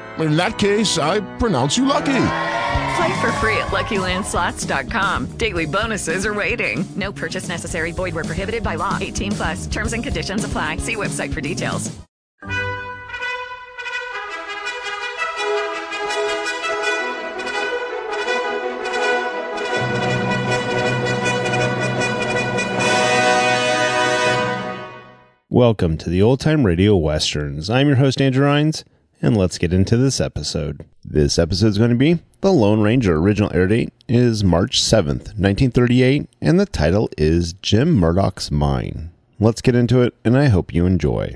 In that case, I pronounce you lucky. Play for free at LuckyLandSlots.com. Daily bonuses are waiting. No purchase necessary. Void where prohibited by law. 18 plus. Terms and conditions apply. See website for details. Welcome to the Old Time Radio Westerns. I'm your host, Andrew Rhines, and let's get into this episode. This episode is going to be The Lone Ranger. Original air date is March 7th, 1938, and the title is Jim Murdoch's Mine. Let's get into it, and I hope you enjoy.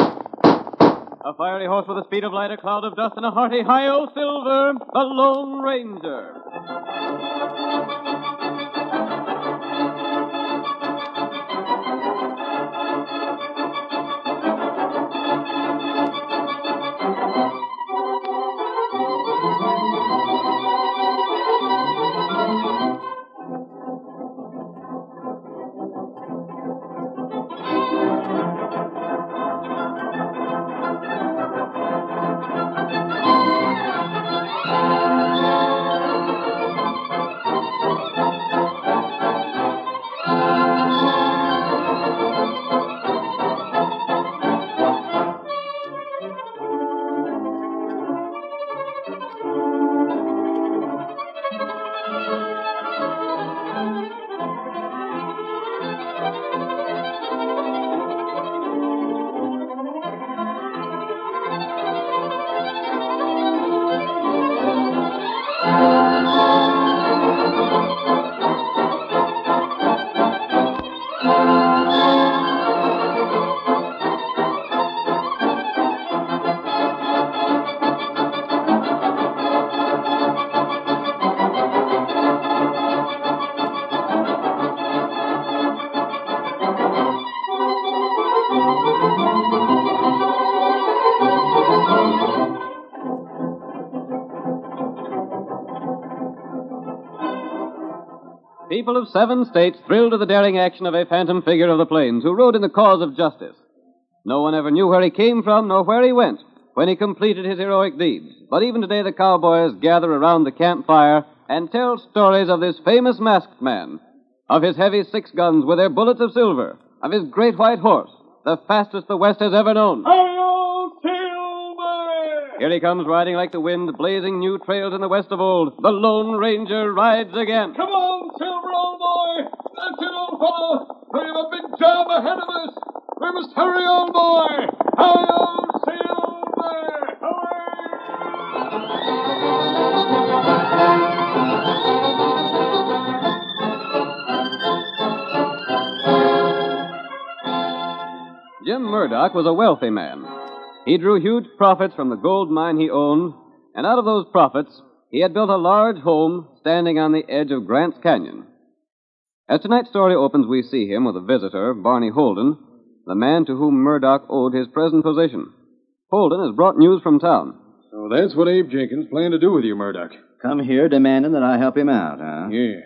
A fiery horse with a speed of light, a cloud of dust, and a hearty hi-o silver, a Lone Ranger. People of seven states thrilled to the daring action of a phantom figure of the plains who rode in the cause of justice. No one ever knew where he came from nor where he went when he completed his heroic deeds. But even today, the cowboys gather around the campfire and tell stories of this famous masked man, of his heavy six guns with their bullets of silver, of his great white horse, the fastest the West has ever known. Here he comes riding like the wind, blazing new trails in the west of old. The Lone Ranger rides again. Come on, Silver, old boy! Let's get old fellow! We have a big job ahead of us! We must hurry on, boy! I'll Jim Murdoch was a wealthy man. He drew huge profits from the gold mine he owned, and out of those profits, he had built a large home standing on the edge of Grant's Canyon. As tonight's story opens, we see him with a visitor, Barney Holden, the man to whom Murdoch owed his present position. Holden has brought news from town. So that's what Abe Jenkins planned to do with you, Murdoch. Come here demanding that I help him out, huh? Yeah.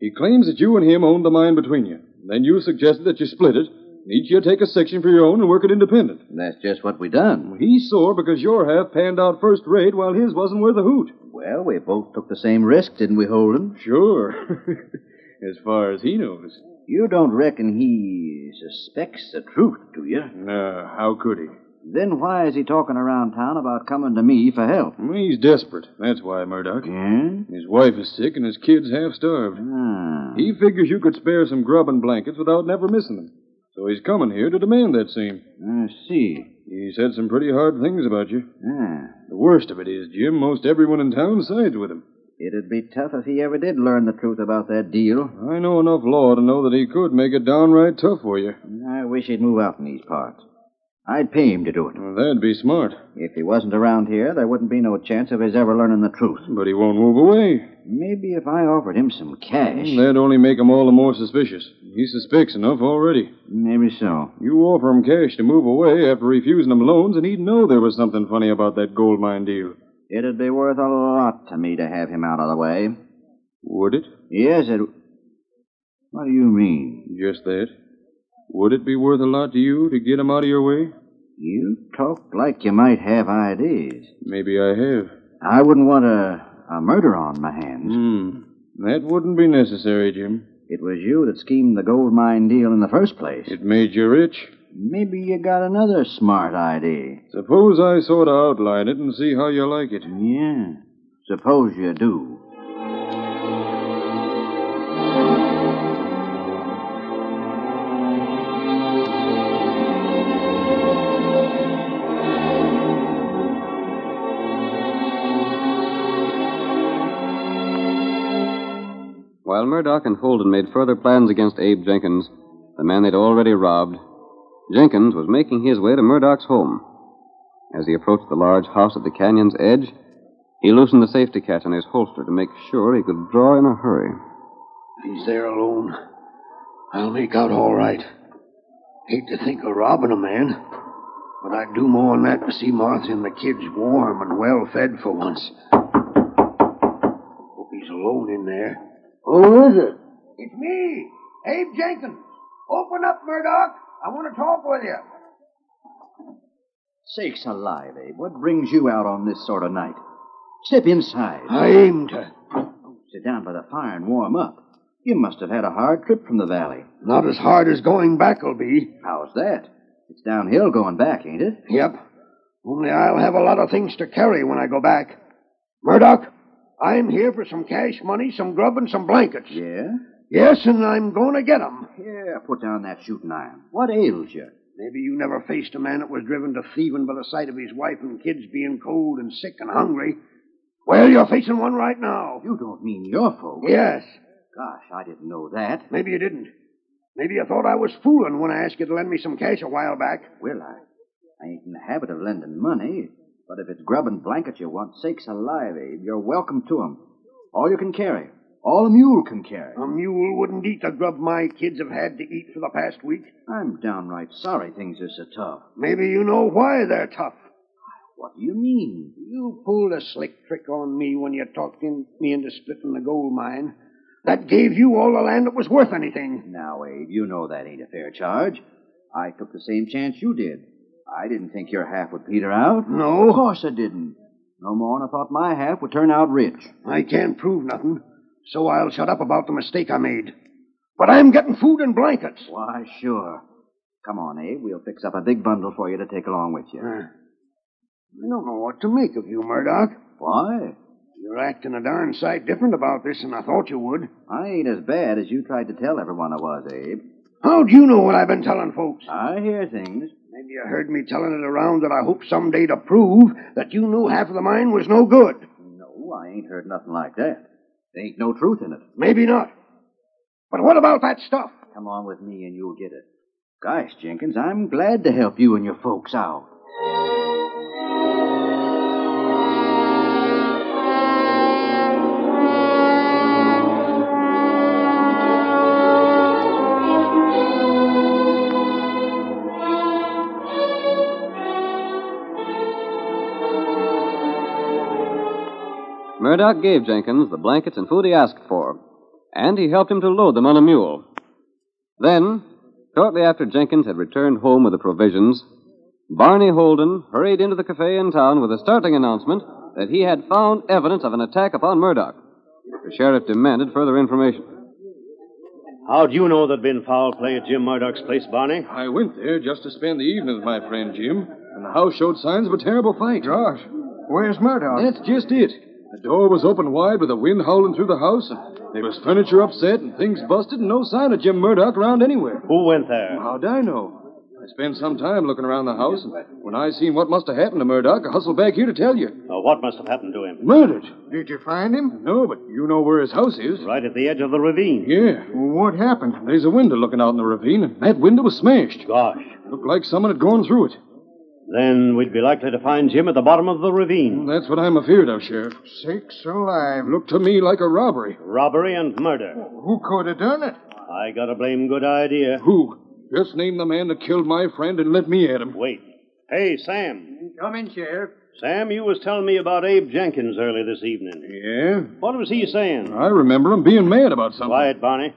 He claims that you and him owned the mine between you. Then you suggested that you split it, and each year take a section for your own and work it independent. That's just what we done. He's sore because your half panned out first rate while his wasn't worth a hoot. Well, we both took the same risk, didn't we, Holden? Sure. as far as he knows. You don't reckon he suspects the truth, do you? No, how could he? Then why is he talking around town about coming to me for help? He's desperate. That's why, Murdoch. Yeah? His wife is sick and his kid's half starved. Ah. He figures you could spare some grub and blankets without never missing them. So he's coming here to demand that same. I see. He said some pretty hard things about you. Ah. The worst of it is, Jim, most everyone in town sides with him. It'd be tough if he ever did learn the truth about that deal. I know enough law to know that he could make it downright tough for you. I wish he'd move out in these parts. I'd pay him to do it. Well, that'd be smart. If he wasn't around here, there wouldn't be no chance of his ever learning the truth. But he won't move away. Maybe if I offered him some cash. That'd only make him all the more suspicious. He suspects enough already. Maybe so. You offer him cash to move away after refusing him loans, and he'd know there was something funny about that gold mine deal. It'd be worth a lot to me to have him out of the way. Would it? Yes, it. What do you mean? Just that. Would it be worth a lot to you to get him out of your way? You talk like you might have ideas. Maybe I have. I wouldn't want a, a murder on my hands. Hmm. That wouldn't be necessary, Jim. It was you that schemed the gold mine deal in the first place. It made you rich. Maybe you got another smart idea. Suppose I sort of outline it and see how you like it. Yeah. Suppose you do. While Murdoch and Holden made further plans against Abe Jenkins, the man they'd already robbed, Jenkins was making his way to Murdoch's home. As he approached the large house at the canyon's edge, he loosened the safety catch on his holster to make sure he could draw in a hurry. He's there alone. I'll make out all right. Hate to think of robbing a man, but I'd do more than that to see Martha and the kids warm and well fed for once. Hope he's alone in there. Who is it? It's me, Abe Jenkins. Open up, Murdoch. I want to talk with you. Sakes alive, Abe. What brings you out on this sort of night? Step inside. I aim to. Sit down by the fire and warm up. You must have had a hard trip from the valley. Not as hard as going back'll be. How's that? It's downhill going back, ain't it? Yep. Only I'll have a lot of things to carry when I go back. Murdoch, I'm here for some cash money, some grub, and some blankets. Yeah? Yes, and I'm going to get 'em. Here, put down that shooting iron. What ails you? Maybe you never faced a man that was driven to thieving by the sight of his wife and kids being cold and sick and hungry. Well, you're facing one right now. You don't mean your folks? Yes. Gosh, I didn't know that. Maybe you didn't. Maybe you thought I was fooling when I asked you to lend me some cash a while back. Will I? I ain't in the habit of lending money. But if it's grub and blankets you want, sakes alive, Abe, you're welcome to 'em. All you can carry. All a mule can carry. A mule wouldn't eat the grub my kids have had to eat for the past week. I'm downright sorry things are so tough. Maybe you know why they're tough. What do you mean? You pulled a slick trick on me when you talked in, me into splitting the gold mine. That gave you all the land that was worth anything. Now, Abe, you know that ain't a fair charge. I took the same chance you did. I didn't think your half would peter out. No? Of course I didn't. No more than I thought my half would turn out rich. I can't prove nothing, so I'll shut up about the mistake I made. But I'm getting food and blankets. Why, sure. Come on, Abe. We'll fix up a big bundle for you to take along with you. Uh, I don't know what to make of you, Murdoch. Why? You You're acting a darn sight different about this than I thought you would. I ain't as bad as you tried to tell everyone I was, Abe. How'd you know what I've been telling folks? I hear things. Maybe you heard me telling it around that I hope someday to prove that you knew half of the mine was no good. No, I ain't heard nothing like that. There ain't no truth in it. Maybe not. But what about that stuff? Come on with me and you'll get it. Gosh, Jenkins, I'm glad to help you and your folks out. Murdoch gave Jenkins the blankets and food he asked for, and he helped him to load them on a mule. Then, shortly after Jenkins had returned home with the provisions, Barney Holden hurried into the cafe in town with a startling announcement that he had found evidence of an attack upon Murdoch. The sheriff demanded further information. How'd you know there'd been foul play at Jim Murdoch's place, Barney? I went there just to spend the evening with my friend Jim, and the house showed signs of a terrible fight. Gosh, where's Murdoch? That's just it. The door was open wide with the wind howling through the house, and there was furniture upset and things busted, and no sign of Jim Murdoch around anywhere. Who went there? How'd I know? I spent some time looking around the house, and when I seen what must have happened to Murdoch, I hustled back here to tell you. Now, what must have happened to him? Murdered? Did you find him? No, but you know where his house is. Right at the edge of the ravine. Yeah. What happened? There's a window looking out in the ravine, and that window was smashed. Gosh. Looked like someone had gone through it. Then we'd be likely to find Jim at the bottom of the ravine. Mm, That's what I'm afeard of, Sheriff. Six alive. Looked to me like a robbery. Robbery and murder. Who could have done it? I got a blame good idea. Who? Just name the man that killed my friend and let me at him. Wait. Hey, Sam. Come in, Sheriff. Sam, you was telling me about Abe Jenkins early this evening. Yeah? What was he saying? I remember him being mad about something. Quiet, Barney.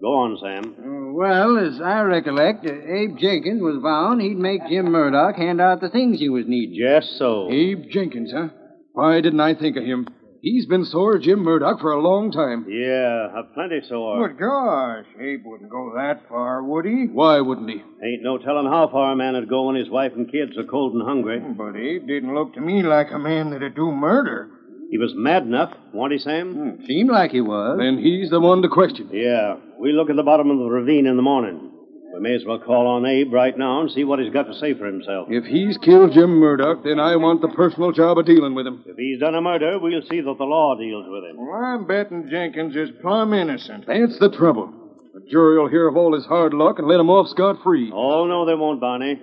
Go on, Sam. Mm. Uh, well, as I recollect, uh, Abe Jenkins was bound he'd make Jim Murdoch hand out the things he was needing. Just so. Abe Jenkins, huh? Why didn't I think of him? He's been sore at Jim Murdoch for a long time. Yeah, plenty sore. But gosh, Abe wouldn't go that far, would he? Why wouldn't he? Ain't no telling how far a man'd go when his wife and kids are cold and hungry. But Abe didn't look to me like a man that'd do murder. He was mad enough, wasn't he, Sam? Hmm, seemed like he was. Then he's the one to question. Yeah. We look at the bottom of the ravine in the morning. We may as well call on Abe right now and see what he's got to say for himself. If he's killed Jim Murdoch, then I want the personal job of dealing with him. If he's done a murder, we'll see that the law deals with him. Well, I'm betting Jenkins is plumb innocent. That's the trouble. The jury will hear of all his hard luck and let him off scot free. Oh, no, they won't, Barney.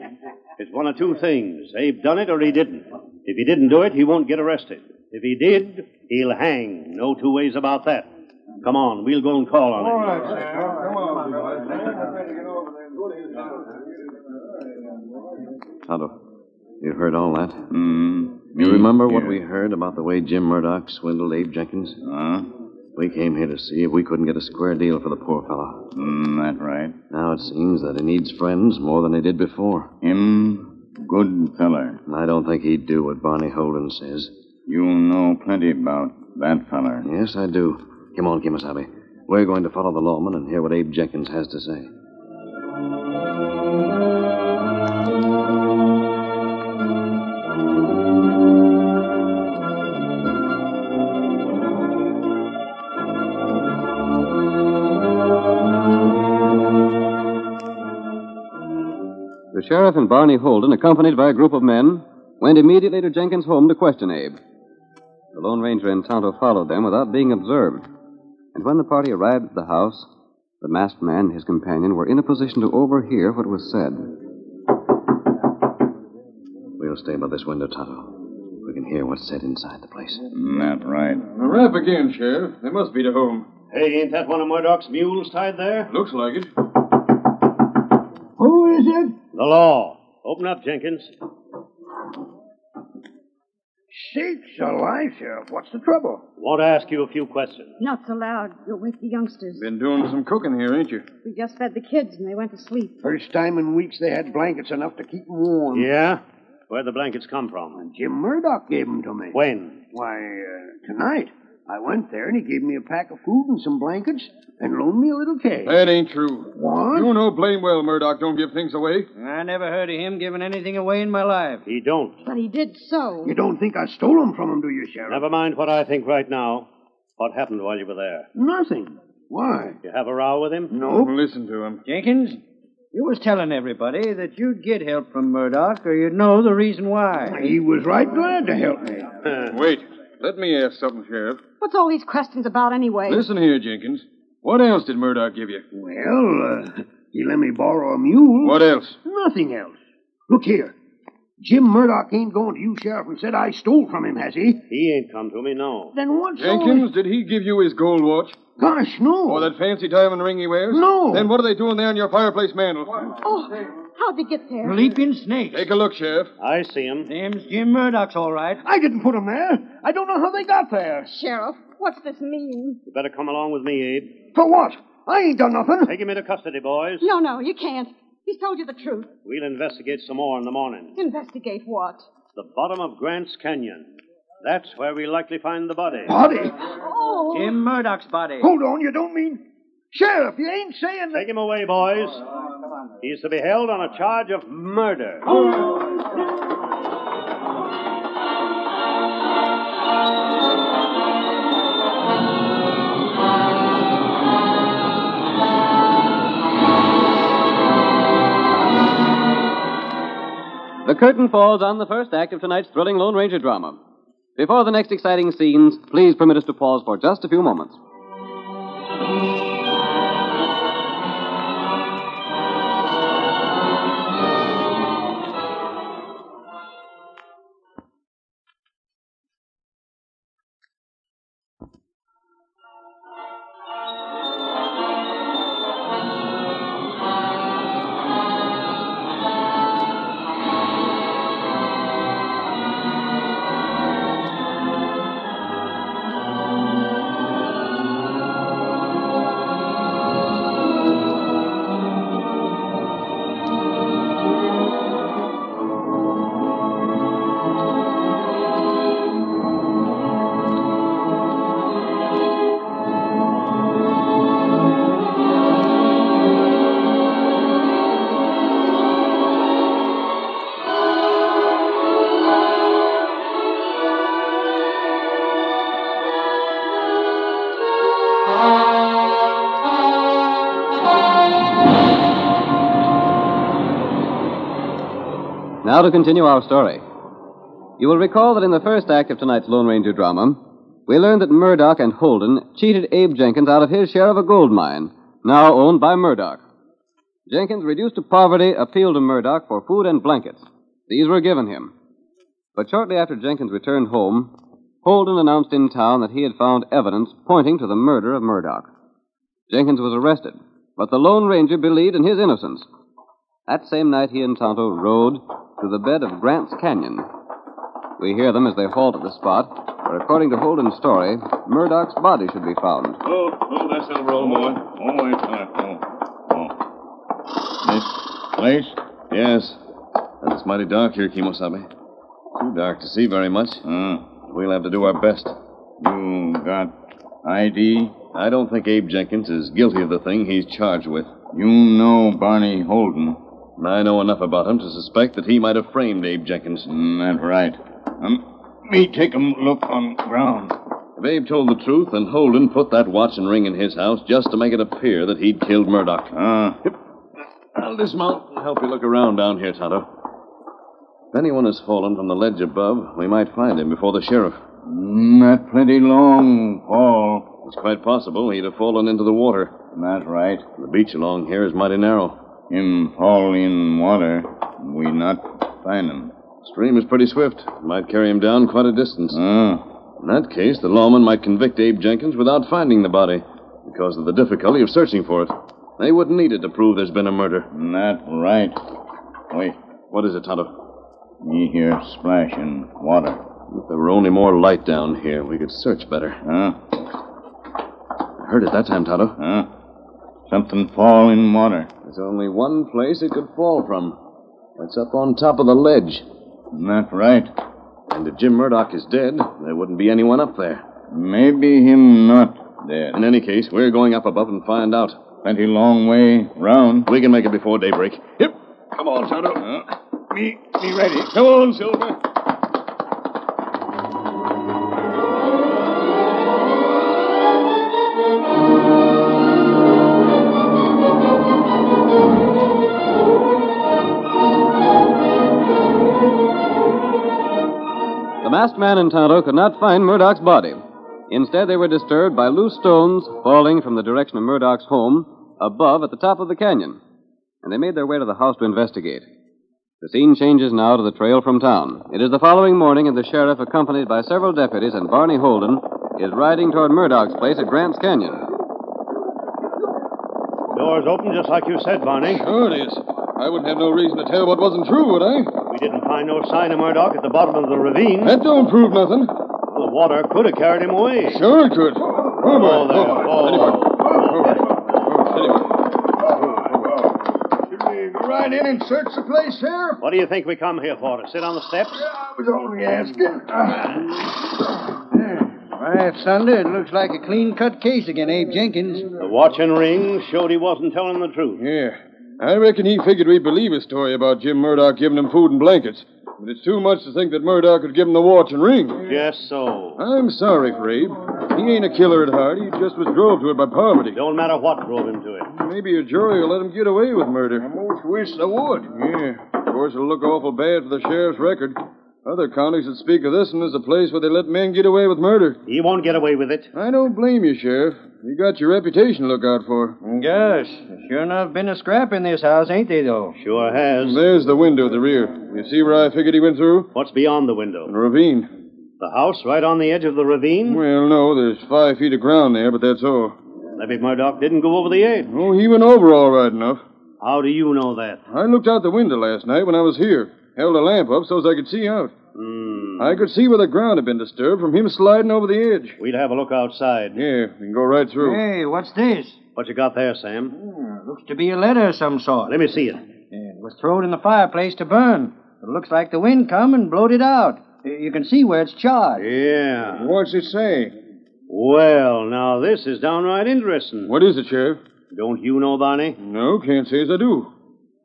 It's one of two things Abe done it or he didn't. If he didn't do it, he won't get arrested. If he did, he'll hang. No two ways about that. Come on, we'll go and call on him. All right, Sam. Come on. Tonto, you heard all that? hmm? Mm. You remember yeah. what we heard about the way Jim Murdoch swindled Abe Jenkins? Huh? We came here to see if we couldn't get a square deal for the poor fellow. Mm, that right. Now it seems that he needs friends more than he did before. Him, good feller. I don't think he'd do what Barney Holden says. You know plenty about that feller. Yes, I do. Come on, Kimasabi. We're going to follow the lawman and hear what Abe Jenkins has to say. The sheriff and Barney Holden, accompanied by a group of men, went immediately to Jenkins' home to question Abe. The Lone Ranger and Tonto followed them without being observed. And when the party arrived at the house, the masked man and his companion were in a position to overhear what was said. We'll stay by this window, Tonto. We can hear what's said inside the place. That right. A rap again, Sheriff. They must be to home. Hey, ain't that one of Murdoch's mules tied there? Looks like it. Who is it? The law. Open up, Jenkins. Sakes alive, Sheriff. What's the trouble? Want to ask you a few questions. Not so loud. You'll wake the youngsters. Been doing some cooking here, ain't you? We just fed the kids and they went to sleep. First time in weeks they had blankets enough to keep 'em warm. Yeah? Where'd the blankets come from? Jim Murdoch gave 'em to me. When? Why, uh, tonight. I went there and he gave me a pack of food and some blankets and loaned me a little cash. That ain't true. What? You know blame well Murdoch don't give things away. I never heard of him giving anything away in my life. He don't. But he did so. You don't think I stole them from him, do you, Sheriff? Never mind what I think right now. What happened while you were there? Nothing. Why? You have a row with him? Nope. Listen to him. Jenkins, you was telling everybody that you'd get help from Murdoch, or you'd know the reason why. He was right glad to help me. Wait. Let me ask something, Sheriff. What's all these questions about anyway? Listen here, Jenkins. What else did Murdoch give you? Well, uh, he let me borrow a mule. What else? Nothing else. Look here. Jim Murdoch ain't going to you, Sheriff, and said I stole from him, has he? He ain't come to me, no. Then what's Jenkins, did he give you his gold watch? Gosh, no. Or that fancy diamond ring he wears? No. Then what are they doing there in your fireplace mantel? Oh, how'd you get there? Leaping snake. Take a look, Sheriff. I see him. Name's Jim Murdoch's all right. I didn't put him eh? there. I don't know how they got there. Sheriff, what's this mean? You better come along with me, Abe. For what? I ain't done nothing. Take him into custody, boys. No, no, you can't. He's told you the truth. We'll investigate some more in the morning. Investigate what? The bottom of Grant's Canyon. That's where we likely find the body. Body? Oh. Jim Murdoch's body. Hold on, you don't mean. Sheriff, you ain't saying that. Oh, Take him away, boys. He's to be held on a charge of murder. Oh, The curtain falls on the first act of tonight's thrilling Lone Ranger drama. Before the next exciting scenes, please permit us to pause for just a few moments. Now to continue our story. You will recall that in the first act of tonight's Lone Ranger drama, we learned that Murdoch and Holden cheated Abe Jenkins out of his share of a gold mine, now owned by Murdoch. Jenkins, reduced to poverty, appealed to Murdoch for food and blankets. These were given him. But shortly after Jenkins returned home, Holden announced in town that he had found evidence pointing to the murder of Murdoch. Jenkins was arrested, but the Lone Ranger believed in his innocence. That same night, he and Tonto rode to the bed of Grant's Canyon. We hear them as they halt at the spot where, according to Holden's story, Murdoch's body should be found. Oh, oh, that's a roll, boy. Oh, wait. Oh, oh. This place? Yes. It's mighty dark here, Kimosabe. Too dark to see very much. We'll have to do our best. Hmm. You got ID? I don't think Abe Jenkins is guilty of the thing he's charged with. You know Barney Holden. I know enough about him to suspect that he might have framed Abe Jenkins. Hmm, that's right. Um, me take a look on ground. If Abe told the truth, then Holden put that watch and ring in his house just to make it appear that he'd killed Murdoch. Ah. I'll dismount and help you look around down here, Tonto. If anyone has fallen from the ledge above, we might find him before the sheriff. Mm, Not plenty long, Paul. It's quite possible he'd have fallen into the water. That's right. The beach along here is mighty narrow. Him fall in water, we not find him. Stream is pretty swift. Might carry him down quite a distance. Ah, In that case, the lawman might convict Abe Jenkins without finding the body because of the difficulty of searching for it. They wouldn't need it to prove there's been a murder. not right. Wait, What is it, Tonto? me hear splashing water. If there were only more light down here, we could search better. Huh? I heard it that time, Tonto. Huh? Something fall in water. There's only one place it could fall from. That's up on top of the ledge. Not right. And if Jim Murdoch is dead, there wouldn't be anyone up there. Maybe him not dead. In any case, we're going up above and find out. Plenty long way round. We can make it before daybreak. Yep. Come on, Tonto. Uh. me, me ready. Come on, Silver. The masked man and Tonto could not find Murdoch's body. Instead, they were disturbed by loose stones falling from the direction of Murdoch's home above at the top of the canyon, and they made their way to the house to investigate. The scene changes now to the trail from town. It is the following morning, and the sheriff, accompanied by several deputies and Barney Holden, is riding toward Murdoch's place at Grant's Canyon. Door's open just like you said, Barney. Sure it is. I wouldn't have no reason to tell what wasn't true, would I? We didn't find no sign of Murdoch at the bottom of the ravine. That don't prove nothing. The water could have carried him away. Sure it could. Oh, boy. Oh, there. Right in and search the place here? What do you think we come here for? To sit on the steps? I was only asking. Why, Thunder, it looks like a clean cut case again, Abe Jenkins. The watch and ring showed he wasn't telling the truth. Yeah. I reckon he figured we'd believe his story about Jim Murdoch giving him food and blankets. But it's too much to think that Murdoch would give him the watch and ring. Yes, so. I'm sorry for Abe. He ain't a killer at heart. He just was drove to it by poverty. Don't matter what drove him to it. Maybe a jury will let him get away with murder. I most wish they would. Yeah. Of course, it'll look awful bad for the sheriff's record. Other counties that speak of this one as a place where they let men get away with murder. He won't get away with it. I don't blame you, Sheriff. You got your reputation to look out for. Gosh, sure enough been a scrap in this house, ain't they, though? Sure has. There's the window at the rear. You see where I figured he went through? What's beyond the window? The ravine. The house right on the edge of the ravine? Well, no, there's five feet of ground there, but that's all. Maybe Murdoch didn't go over the edge. Oh, he went over all right enough. How do you know that? I looked out the window last night when I was here. Held a lamp up so's I could see out. Mm. I could see where the ground had been disturbed from him sliding over the edge. We'd have a look outside. Yeah, we can go right through. Hey, what's this? What you got there, Sam? Hmm, Looks to be a letter of some sort. Let me see it. It was thrown in the fireplace to burn. It looks like the wind come and blowed it out. Uh, You can see where it's charred. Yeah. What's it say? Well, now this is downright interesting. What is it, Sheriff? Don't you know, Barney? No, can't say as I do.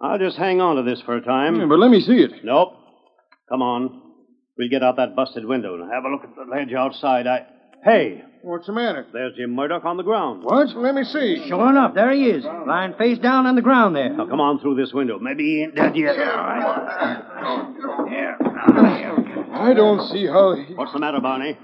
I'll just hang on to this for a time. Yeah, but let me see it. Nope. Come on. We'll get out that busted window and have a look at the ledge outside. I. Hey, What's the matter? there's Jim Murdoch on the ground. What? Let me see. Sure enough, there he is, lying face down on the ground there. Now come on through this window. Maybe he ain't dead yet. I don't see how he. What's the matter, Barney?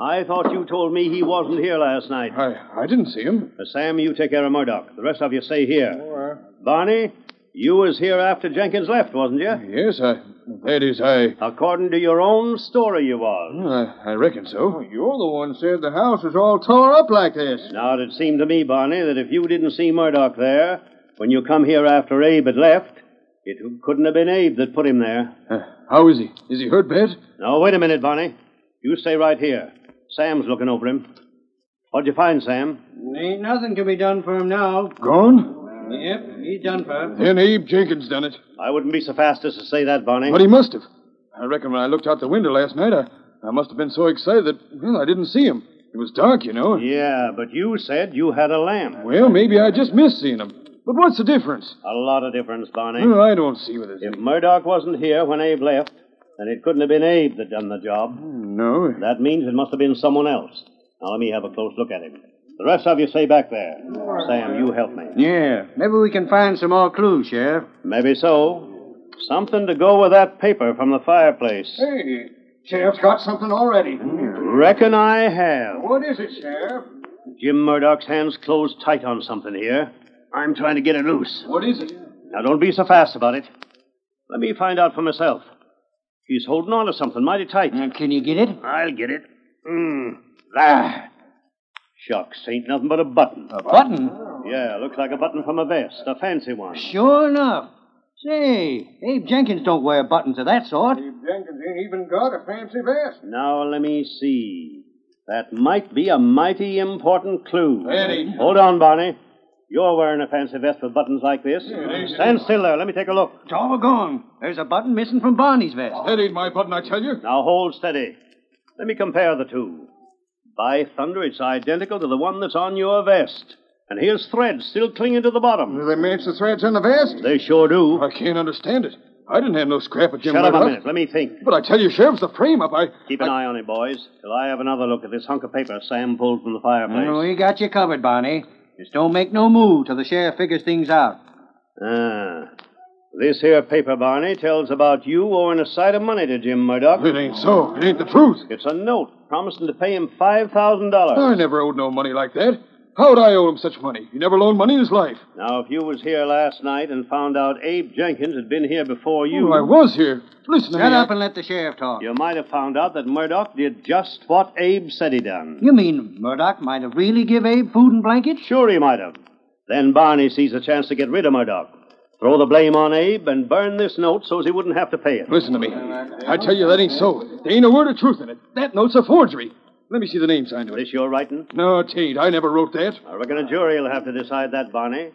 I thought you told me he wasn't here last night. I, I didn't see him. Now, Sam, you take care of Murdoch. The rest of you stay here. Barney, you was here after Jenkins left, wasn't you? Yes, I. That is, I. According to your own story, you was. I, I reckon so. Oh, You're the one said the house is all tore up like this. Now, it seemed to me, Barney, that if you didn't see Murdoch there, when you come here after Abe had left, it couldn't have been Abe that put him there. Uh, how is he? Is he hurt bad? Now, wait a minute, Barney. You stay right here. Sam's looking over him. What'd you find, Sam? Ain't nothing can be done for him now. Gone? Yep, he's done for. Then Abe Jenkins done it. I wouldn't be so fast as to say that, Barney. But he must have. I reckon when I looked out the window last night, I, I must have been so excited that, well, I didn't see him. It was dark, you know. Uh, Yeah, but you said you had a lamp. Well, maybe I just missed seeing him. But what's the difference? A lot of difference, Barney. Well, I don't see what it is. If Murdoch wasn't here when Abe left, then it couldn't have been Abe that done the job. No. That means it must have been someone else. Now let me have a close look at him. The rest of you stay back there. Sam, you help me. Yeah, maybe we can find some more clues, Sheriff. Maybe so. Something to go with that paper from the fireplace. Hey, Sheriff's got something already. Reckon I have. What is it, Sheriff? Jim Murdoch's hands closed tight on something here. I'm trying to get it loose. What is it? Now don't be so fast about it. Let me find out for myself. He's holding on to something mighty tight. Uh, Can you get it? I'll get it. Mm. There. Shucks, ain't nothing but a button. A button? Yeah, looks like a button from a vest, a fancy one. Sure enough. Say, Abe Jenkins don't wear buttons of that sort. Jenkins ain't even got a fancy vest. Now let me see. That might be a mighty important clue. Eddie. Hold on, Barney. You're wearing a fancy vest with buttons like this. Stand still there. Let me take a look. Doggone. There's a button missing from Oh, Barney's vest. That ain't my button, I tell you. Now hold steady. Let me compare the two. By thunder, it's identical to the one that's on your vest. And here's threads still clinging to the bottom. Do they match the threads on the vest? They sure do. I can't understand it. I didn't have no scrap at Jim Shut up a Murdoch. minute. Let me think. But I tell you, Sheriff, the frame up. I. Keep an eye on it, boys, till I have another look at this hunk of paper Sam pulled from the fireplace. Well, we got you covered, Barney. Just don't make no move till the sheriff figures things out. Ah. This here paper, Barney, tells about you owing a sight of money to Jim Murdoch. It ain't so. It ain't the truth. It's a note promising to pay him $5,000. I never owed no money like that. How would I owe him such money? He never loaned money in his life. Now, if you was here last night and found out Abe Jenkins had been here before you... Oh, I was here. Listen to Shut me. up and let the sheriff talk. You might have found out that Murdoch did just what Abe said he done. You mean Murdoch might have really give Abe food and blankets? Sure he might have. Then Barney sees a chance to get rid of Murdoch. Throw the blame on Abe and burn this note so's he wouldn't have to pay it. Listen to me. I tell you, that ain't so. There ain't a word of truth in it. That note's a forgery. Let me see the name signed to it. This your writing? No, it ain't. I never wrote that. I reckon a jury will have to decide that, Barney.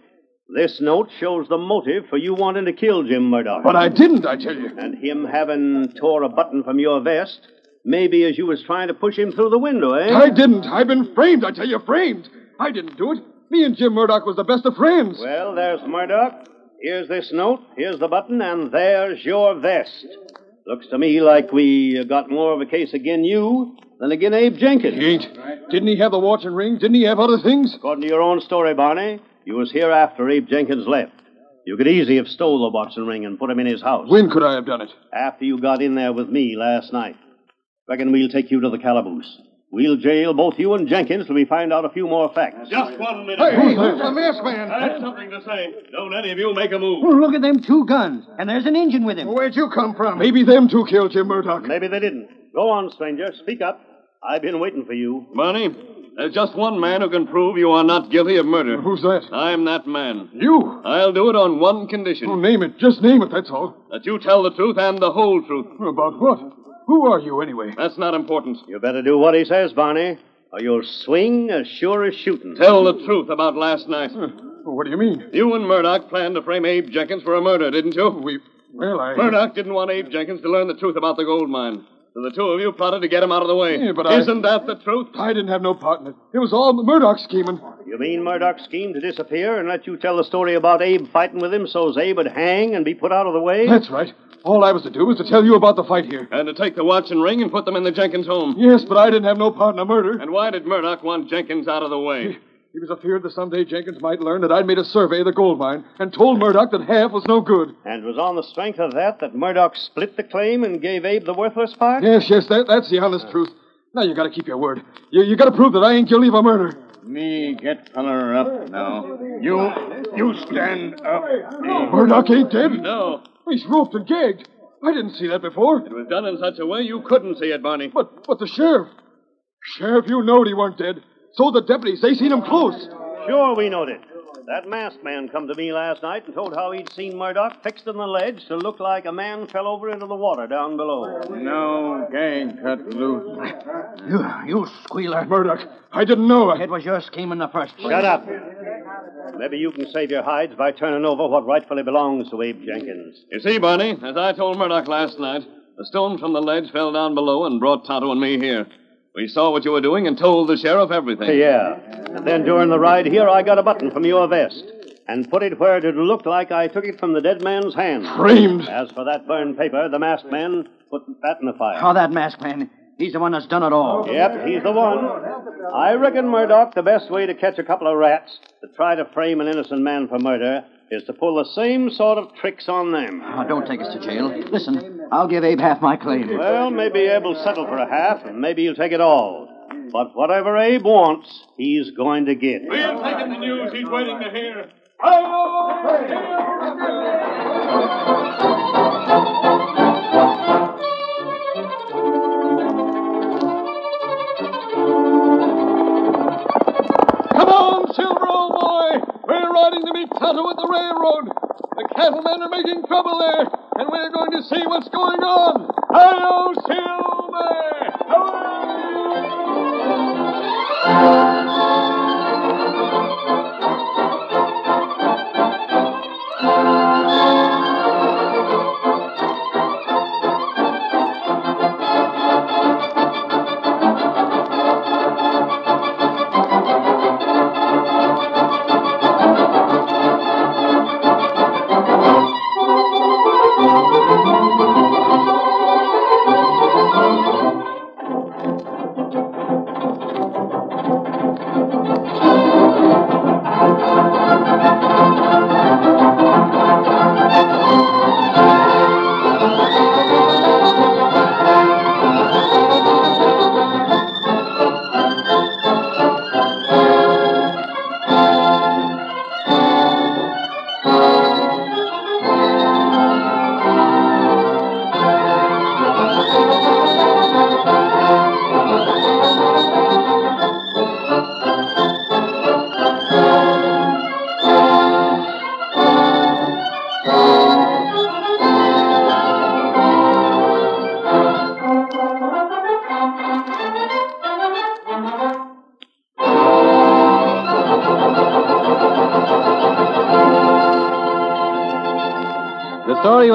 This note shows the motive for you wanting to kill Jim Murdoch. But I didn't, I tell you. And him having tore a button from your vest, maybe as you was trying to push him through the window, eh? I didn't. I've been framed, I tell you, framed. I didn't do it. Me and Jim Murdoch was the best of friends. Well, there's Murdoch. Here's this note. Here's the button, and there's your vest. Looks to me like we got more of a case again you than again Abe Jenkins. He ain't. Didn't he have the watch and ring? Didn't he have other things? According to your own story, Barney, you was here after Abe Jenkins left. You could easily have stole the Watson ring and put him in his house. When could I have done it? After you got in there with me last night. Reckon we'll take you to the calaboose. We'll jail both you and Jenkins till we find out a few more facts. Just one minute. Hey, hey, who's the masked man? I have something to say. Don't any of you make a Oh, move. look at them two guns, and there's an engine with him. Oh, Where'd you come from? Maybe them two killed Jim Murdoch. Maybe they didn't. Go on, stranger. Speak up. I've been waiting for you. Barney, there's just one man who can prove you are not guilty of murder. Who's that? I'm that man. You? I'll do it on one condition. Oh, name it. Just name it, that's all. That you tell the truth and the whole truth. About what? Who are you, anyway? That's not important. You better do what he says, Barney, or you'll swing as sure as shooting. Tell the truth about last night. What do you mean? You and Murdoch planned to frame Abe Jenkins for a murder, didn't you? We. Well, I. Murdoch didn't want Abe Jenkins to learn the truth about the gold mine. So the two of you plotted to get him out of the way. Yeah, but I- Isn't that the truth? I didn't have no part in it. It was all Murdoch scheming. You mean Murdoch schemed to disappear and let you tell the story about Abe fighting with him so's Abe would hang and be put out of the way? That's right. All I was to do was to tell you about the fight here. And to take the watch and ring and put them in the Jenkins home. Yes, but I didn't have no part in the murder. And why did Murdoch want Jenkins out of the way? He was afeard that someday Jenkins might learn that I'd made a survey of the gold mine and told Murdoch that half was no good. And it was on the strength of that that Murdoch split the claim and gave Abe the worthless part? Yes, yes, that, that's the honest truth. Now you gotta keep your word. You, you gotta prove that I ain't guilty of a murder. Me get feller up now. You. You stand up. Murdoch ain't dead? No. He's roped and gagged. I didn't see that before. It was done in such a way you couldn't see it, Barney. But but the sheriff. Sheriff, you knowed he weren't dead. So the deputies, they seen him close. Sure, we knowed it. That masked man come to me last night and told how he'd seen Murdoch fixed in the ledge to look like a man fell over into the water down below. No gang cut loose. You, you squealer. Murdoch, I didn't know. I... It was your scheme in the first place. Shut up. Maybe you can save your hides by turning over what rightfully belongs to Abe Jenkins. You see, Barney, as I told Murdoch last night, the stone from the ledge fell down below and brought Tonto and me here. We saw what you were doing and told the sheriff everything. Yeah. And then during the ride here, I got a button from your vest and put it where it looked like I took it from the dead man's hand. Framed. As for that burned paper, the masked man put that in the fire. Oh, that masked man. He's the one that's done it Oh. all. Yep, he's the one. I reckon, Murdoch, the best way to catch a couple of rats to try to frame an innocent man for murder is to pull the same sort of tricks on them. Oh, don't take us to jail. Listen, I'll give Abe half my claim. Well, maybe Abe will settle for a half, and maybe he'll take it all. But whatever Abe wants, he's going to get. We'll take him the news he's waiting to hear. Come on, Silver, old boy. We're riding to meet Tonto at the railroad. The cattlemen are making trouble there, and we're going to see what's going on. Hi-yo, Silver! The story you